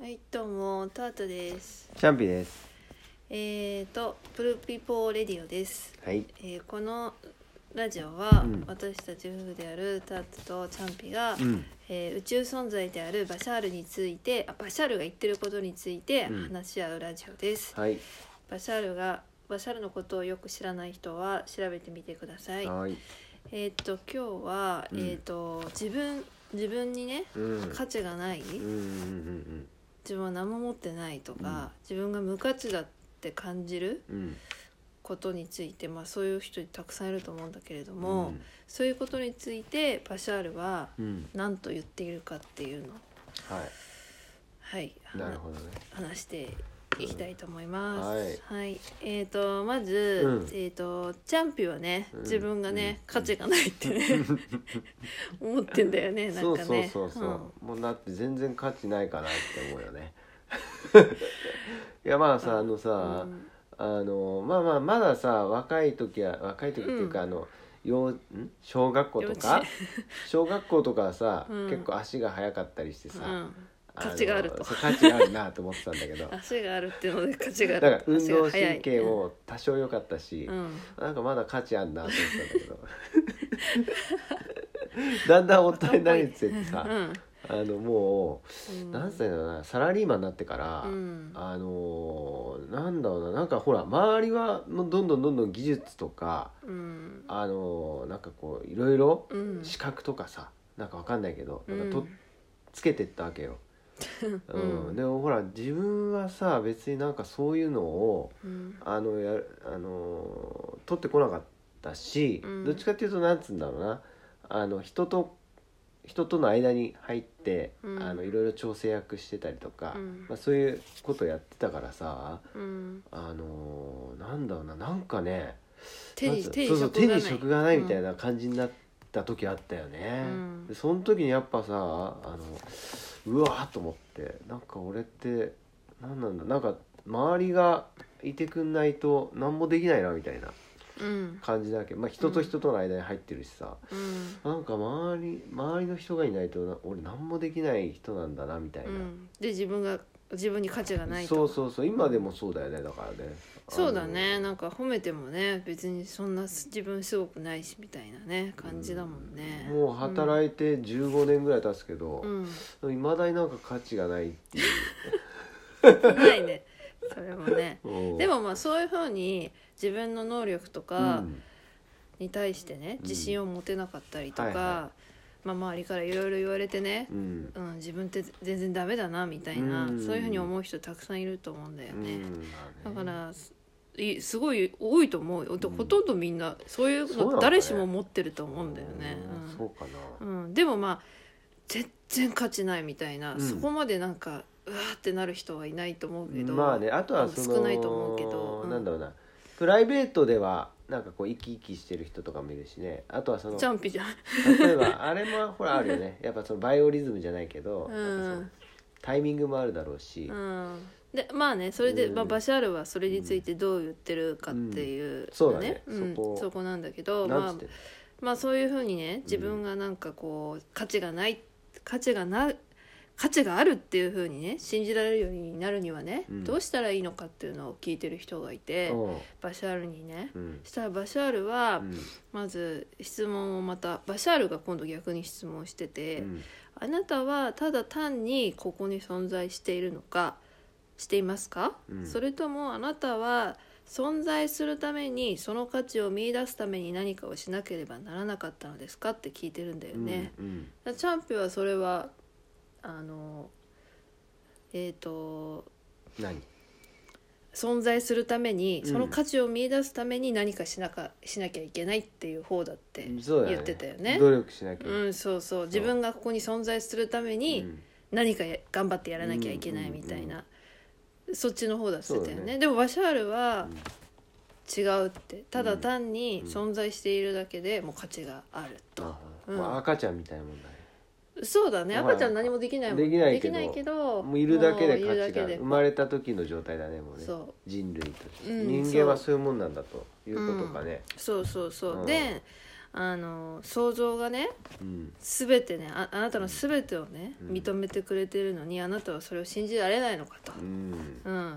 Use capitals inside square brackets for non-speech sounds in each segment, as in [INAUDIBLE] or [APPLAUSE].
はいどうもタートですチャンピです。えーとプルピポーレディオです、はい。えーこのラジオは、うん私たち夫婦であるタートとチャンピが、うん。えー宇宙存在であるバシャールについてあバシャールが言ってることについてうん話し合うラジオです、はい。バシャールがバシャールのことをよく知らない人は調べてみてください、はい。えーっと今日は、うんえーっと自分自分にねうん。価値がない、うんうんうん自分は何も持ってないとか、自分が無価値だって感じるうん。うん。ことについて、まあ、そういう人たくさんいると思うんだけれども、そういうことについてパシャールはうん。うん。何と言っているかっていうのをははいい。なるほどね。話していきたいと思います。はい、えっ、とまず、うんえっ、とチャンピはね、うん自分がね、うん価値がないってね [LAUGHS] 思ってんだよね、なんそうかそうね。そうそう、もうだって全然価値ないかなって思うよね。 [LAUGHS] いやまあさあのさ、うんあのまあまあまださ若い時は若い時っていうか、うんあの幼ん小学校と幼か稚 [LAUGHS] [LAUGHS] 小学校とかはさ、うん結構足が速かったりしてうさ、ん、の価値があるとそう価値があるなと思ってたんだけ [LAUGHS] ど足があるっていうので価値があだるから運動足が速神い経も多少良かったし、うんなんかまだ価値あんなと思ってたんだけど [LAUGHS] だんだん大人になりつつってさ、うんあのもううん何歳だろうなサラリーマンになってから、うんあのーなんだろうななんかほら周りはもうどんどんどんどん技術とかうんあのーなんかこういろいろうん資格とかさなんかわかんないけどうなんんかとっつけてったわけよ。う、[LAUGHS] うんんでもほら自分はさ別になんかそういうのをうんあのやるあのー取ってこなかったし、うんどっちかっていうとなんつうんだろうなあの人と人との間に入って、うんあのいろいろ調整役してたりとか、うんまあ、そういうことやってたからさうんあのーなんだろうななんかね手なんにつうの手にそうそう手に職職ががなないいみたいな感じになった時あったよね、うんでその時にやっぱさあのうわーっと思ってなんか俺って何なんだなんか周りがいてくんないと何もできないなみたいなうん感じだけど、まあ、人と人との間に入ってるしさ、うんなんか周り周りの人がいないとな俺何もできない人なんだなみたいうな、んで自分が自分に価値がないそとうそうそう今でもそうだよねだからねそうだねなんか褒めてもね別にそんな自分すごくないしみたいなね感じだもんねあのもう働いて15年ぐらい経つけど、うんいまだになんか価値がないっていううんないねそれもねうんでもまあそういうふうに自分の能力とうかんに対してねん自信を持てなかったりとはいはかまあ周りからいろいろ言われてねうんうん、自分って全然ダメだなみたいな、うんそういうふうに思う人たくさんいると思うんだようんね、まあねだからすいすごい多いと思うよ、でうんほとんどみんなそういうそうなのの誰しも持ってると思うんだよねうんそうかうな、ん、うんでもまあ全然価値ないみたいな、うんそこまでなんかうわーってなる人はいないと思うけどまあねあとはその少ないと思うけどうんなんだろうなプライベートではなんかこう生き生きしてる人とかもいるしねあとはそのチャンピじゃん例えばあれもほらあるよねやっぱそのバイオリズムじゃないけど、うんなんかそのタイミングもあるだろうし、うん、でまあねそれで、うんまあ、バシャールはそれについてどう言ってるかっていう、うんそうだねうんそこそこなんだけどなまんあつってんの、まあそういうふうにね自分がなんかこう価値がない価値がな価値があるっていうふうにね信じられるようになるにはね、うんどうしたらいいのかっていうのを聞いてる人がいて、バシャールにねうんうんしたらバシャールはうんまず質問をまたバシャールが今度逆に質問してて、うんあなたはただ単にここに存在しているのかしていますか、うんそれともあなたは存在するためにその価値を見出すために何かをしなければならなかったのですかって聞いてるんだよね。うんだからチャンピオンはそれはあのえっ、と何存在するためにうんその価値を見出すために何かしなかしなきゃいけないっていう方だってそうだ、ね、言ってたよね。努力しなきゃ、うん、そうそう自分がここに存在するために、うん何かや頑張ってやらなきゃいけないみたいな、そっちの方だって言ってたよそうねだねでもバシャールはうん違うってただ単にうん存在しているだけでもう価値があると、ああうんまあ、赤ちゃんみたいなもんだねそうだねだから赤ちゃん何もできないもんできないけどどもういるだけでもう価いる値だがけあるで生まれた時の状態だねもうねそ人類として、うん人間はそういうもんなんだということかね、そうそうそう、うんであの想像がねうん全てねああなたの全てをねうん認めてくれてるのにあなたはそれを信じられないのかとう、んうん、なる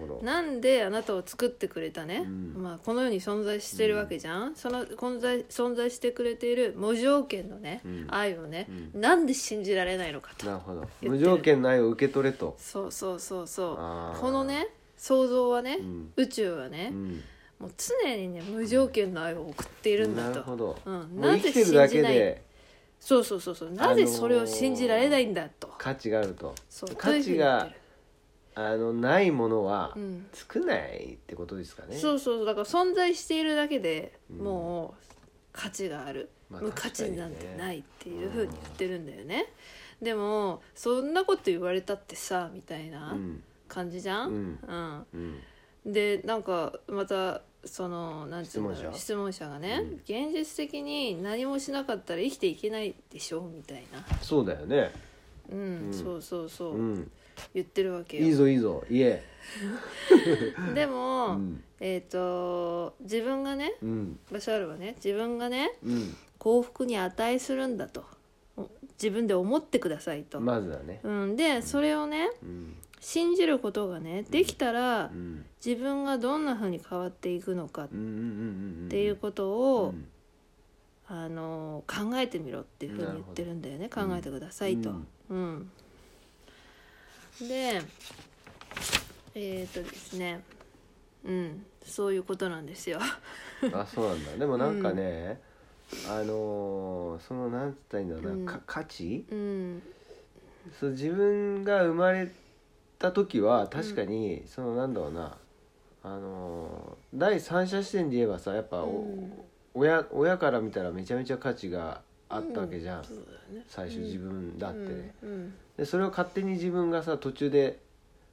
ほどなんであなたを作ってくれたね、うんまあ、この世に存在してるわけじゃん、その存在存在してくれている無条件のね、うん愛をね、うなんで信じられないのかとなるほどる無条件の愛を受け取れとそうそうそうそうあーこのね想像はね、うん宇宙はねう、んもう常にね無条件の愛を送っているんだなとるほどうん、もうな生ぜきて信るじだけないでそうそうそうそうなぜそれを信じられないんだと、価値があるとそう価値というふうに言っがてあのないものはるうん少ないってことですかねそうそうそうだから存在しているだけでうんもう価値がある、まあ無価値なんてないっていうふうに言ってるんだよね、でもそんなこと言われたってさみたいなうん感じじゃ、うんんうんうんでなんかまたそのなんていうんだろう質質問者がね、うん現実的に何もしなかったら生きていけないでしょみたいなそうだよねうん、うんそうそうそう、うん言ってるわけよいいぞいいぞいえでうも、んえっ、と自分がねうんバシャールはね自分がねうん幸福に値するんだとお自分で思ってくださいと、まずはねうん、でそれをねうん信じることがねできたら、うん自分がどんな風に変わっていくのかっうんうんうんうんていうことを、うんあの考えてみろっていうふうに言ってるんだよね考るほどえてくださいと。ううんんでえっ、とですねうんそういうことなんですよ。あそうなんだでもなんかね、あのーそのなんつったらいいんだろうな、うんか価値うんそう自分が生まれた時は確かに、そのなんだろうなあのー第三者視点で言えばさやっぱお、うん親親から見たらめちゃめちゃ価値があったわけじゃん、そうだよね最初自分だってね、うんでそれを勝手に自分がさ途中で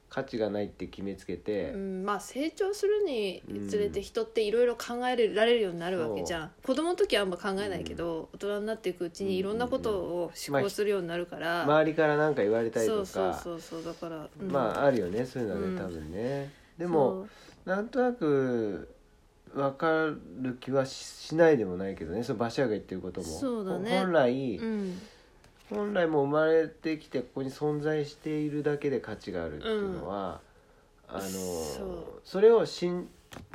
価値がないって決めつけて、うんうんまあ成長するにつれて人っていろいろ考えられるようになるわけじゃん子供の時はあんま考えないけど、大人になっていくうちにいろんなことを思考するようになるから、周りから何か言われたりとかそうそうそうそうだから、うんまああるよねそういうのはね、うん多分ねでも、なんとなく分かる気はししないでもないけどねそのバシャーが言ってることもそうだね本来、そううん本来もう生まれてきてここに存在しているだけで価値があるっていうのは、あのそうそれを信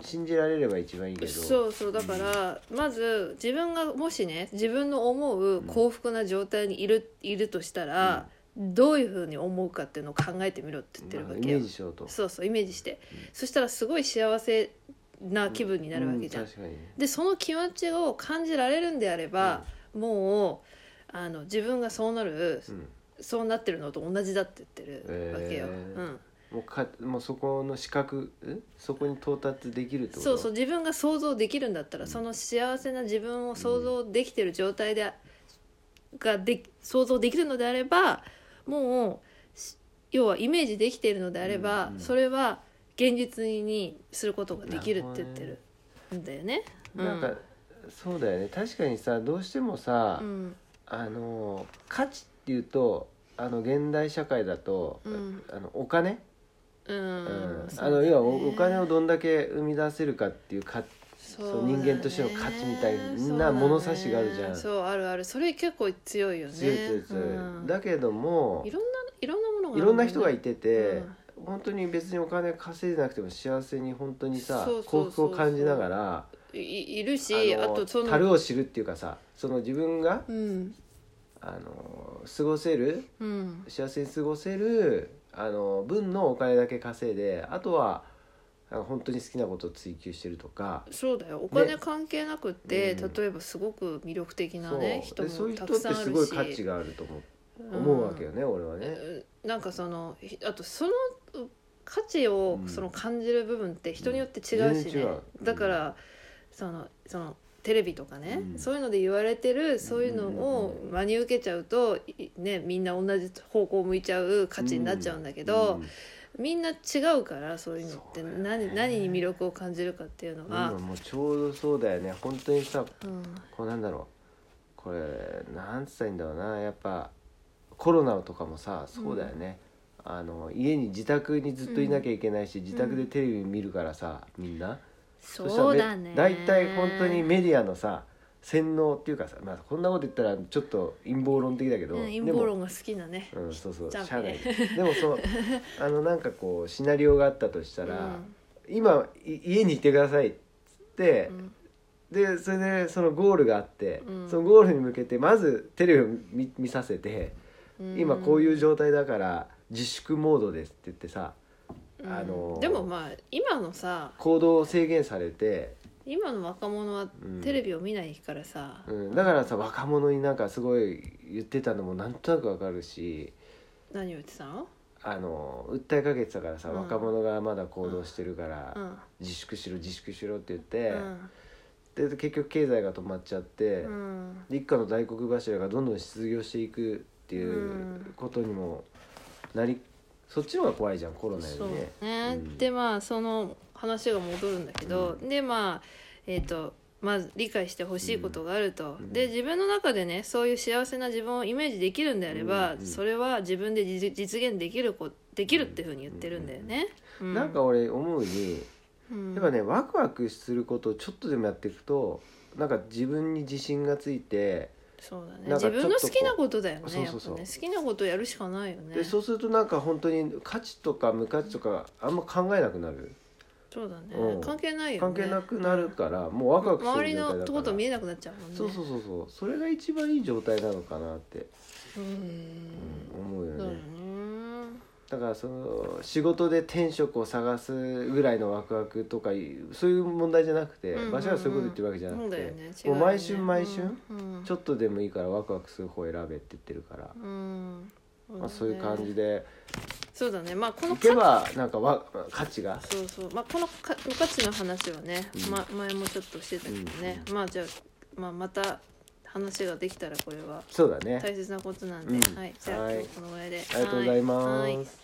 信じられれば一番いいけどそうそうだから、まず自分がもしね自分の思う幸福な状態にいる,、いるとしたら、どういうふうに思うかっていうのを考えてみろって言ってるまわあイけメよ、ージしようとそうそうイメージして、そしたらすごい幸せな気分になるわけじゃん、うん確かにねでその気持ちを感じられるんであれば、もうあの自分がそうなる、うんそうなってるのと同じだって言ってるわけよ、へーうんもうかもうそこの資格んそこに到達できるってことそうそう自分が想像できるんだったら、その幸せな自分を想像できてる状態で、がで想像できるのであればもうし要はイメージできているのであれば、うんうんそれは現実にすることができるって言ってるんだよね。うんなんか、そうだよね確かにさどうしてもさ、うんあの価値っていうとあの現代社会だと、うんあのお金、うんうんそうあの要はおねお金をどんだけ生み出せるかっていうかそうそう人間としての価値みたいなそうだね物差しがあるじゃんそうあるあるそれ結構強いよね強い強い強い、うんだけどもいろんないろんなものがあいるろんな人もがねいてて、うん本当に別にお金稼いでなくても幸せに本当にさそうそうそうそう幸福を感じながらいいるしあのとその樽を知るっていうかさその自分がうんあの過ごせるうん幸せに過ごせるあの分のお金だけ稼いであとはあの本当に好きなことを追求してるとかそうだよお金関係なくって、うん例えばすごく魅力的なそうねで人そういもたう人っくてさんあすごるい価値しがあると思う,、うん思うわけよね俺はね。うんなんかそのひあとそのう価値をうんその感じる部分って人によって違う全しね、然違ううんだからそのそのテレビとかね、うんそういうので言われてるそういうのをうん真に受けちゃうと、いね、みんな同じ方向を向いちゃう価値になっちゃうんだけど、うんみんな違うからそういうのってそうだよ何,、ね何に魅力を感じるかっていうのが今、もうちょうどそうだよね本当にさうんこうなんだろうこれなんつったらいいんだろうなやっぱコロナとかもさそうだよね、あの家に自宅にずっといなきゃいけないし、自宅でテレビ見るからさみんな、そうだしたらねめ大体本当にメディアのさ洗脳っていうかさ、まあ、こんなこと言ったらちょっと陰謀論的だけど、うん、陰謀論が好きなねでも、うん、そうそうじゃあね社内でで [LAUGHS] もそのあのなんかこうシナリオがあったとしたら、うん今い家にいてくださいっつってう、んでそれでそのゴールがあって、うんそのゴールに向けてまずテレビを見見させて、うん今こういう状態だから自粛モードですって言ってさうんあのーでもまあ今のさ行動を制限されて、今の若者はうんテレビを見ないからさ、うん、だからさ若者になんかすごい言ってたのもなんとなくわかるし何を言ってたの、あの訴えかけてたからさ、うん若者がまだ行動してるから、うん自粛しろ自粛しろって言ってう、んで結局経済が止まっちゃって、うんで一家の大黒柱がどんどん失業していくっていううんことにもなりそっちの方が怖いじゃんコロナよそうりね。ね、うんでまあその話が戻るんだけど、でまあえっ、とまず理解してほしいことがあると、うんで自分の中でねそういう幸せな自分をイメージできるんであれば、うんうんそれは自分で実実現できるこできるっていうふうに言ってるんだよね。うなんか俺思うにうんやっぱねワクワクすることをちょっとでもやっていくとなんか自分に自信がついて、そうだねなんか自分の好きなことだよねちょっとこうそうそやうそうっぱね好きなことやるしかないよねでそうするとなんか本当に価値とか無価値とかあんま考えなくなる、そうだね、うん関係ないよね関係なくなるからもうワクワクす周るり状態だからのこと見えなくなっちゃうもんねそうそうそうそうそれが一番いい状態なのかなって、ううんん思うよそうねだねだからその仕事で転職を探すぐらいのワクワクとかいうそういう問題じゃなくてうんうんうん場所がそういうこと言ってるわけじゃなそくうだて、よね違うもようね毎週毎週、うんうんちょっとでもいいからワクワクする方を選べって言ってるから、うんまあ、そういう感じでそうだねまあこのいけばなんかわ価値がそうそうまあこのか無価値の話はね、うんま、前もちょっとしてたけどね、まあじゃあ、まあ、また話ができたらこれはそうだね大切なことなんで、うんはいじゃあはい今日このぐらいでありがとうございますはいはい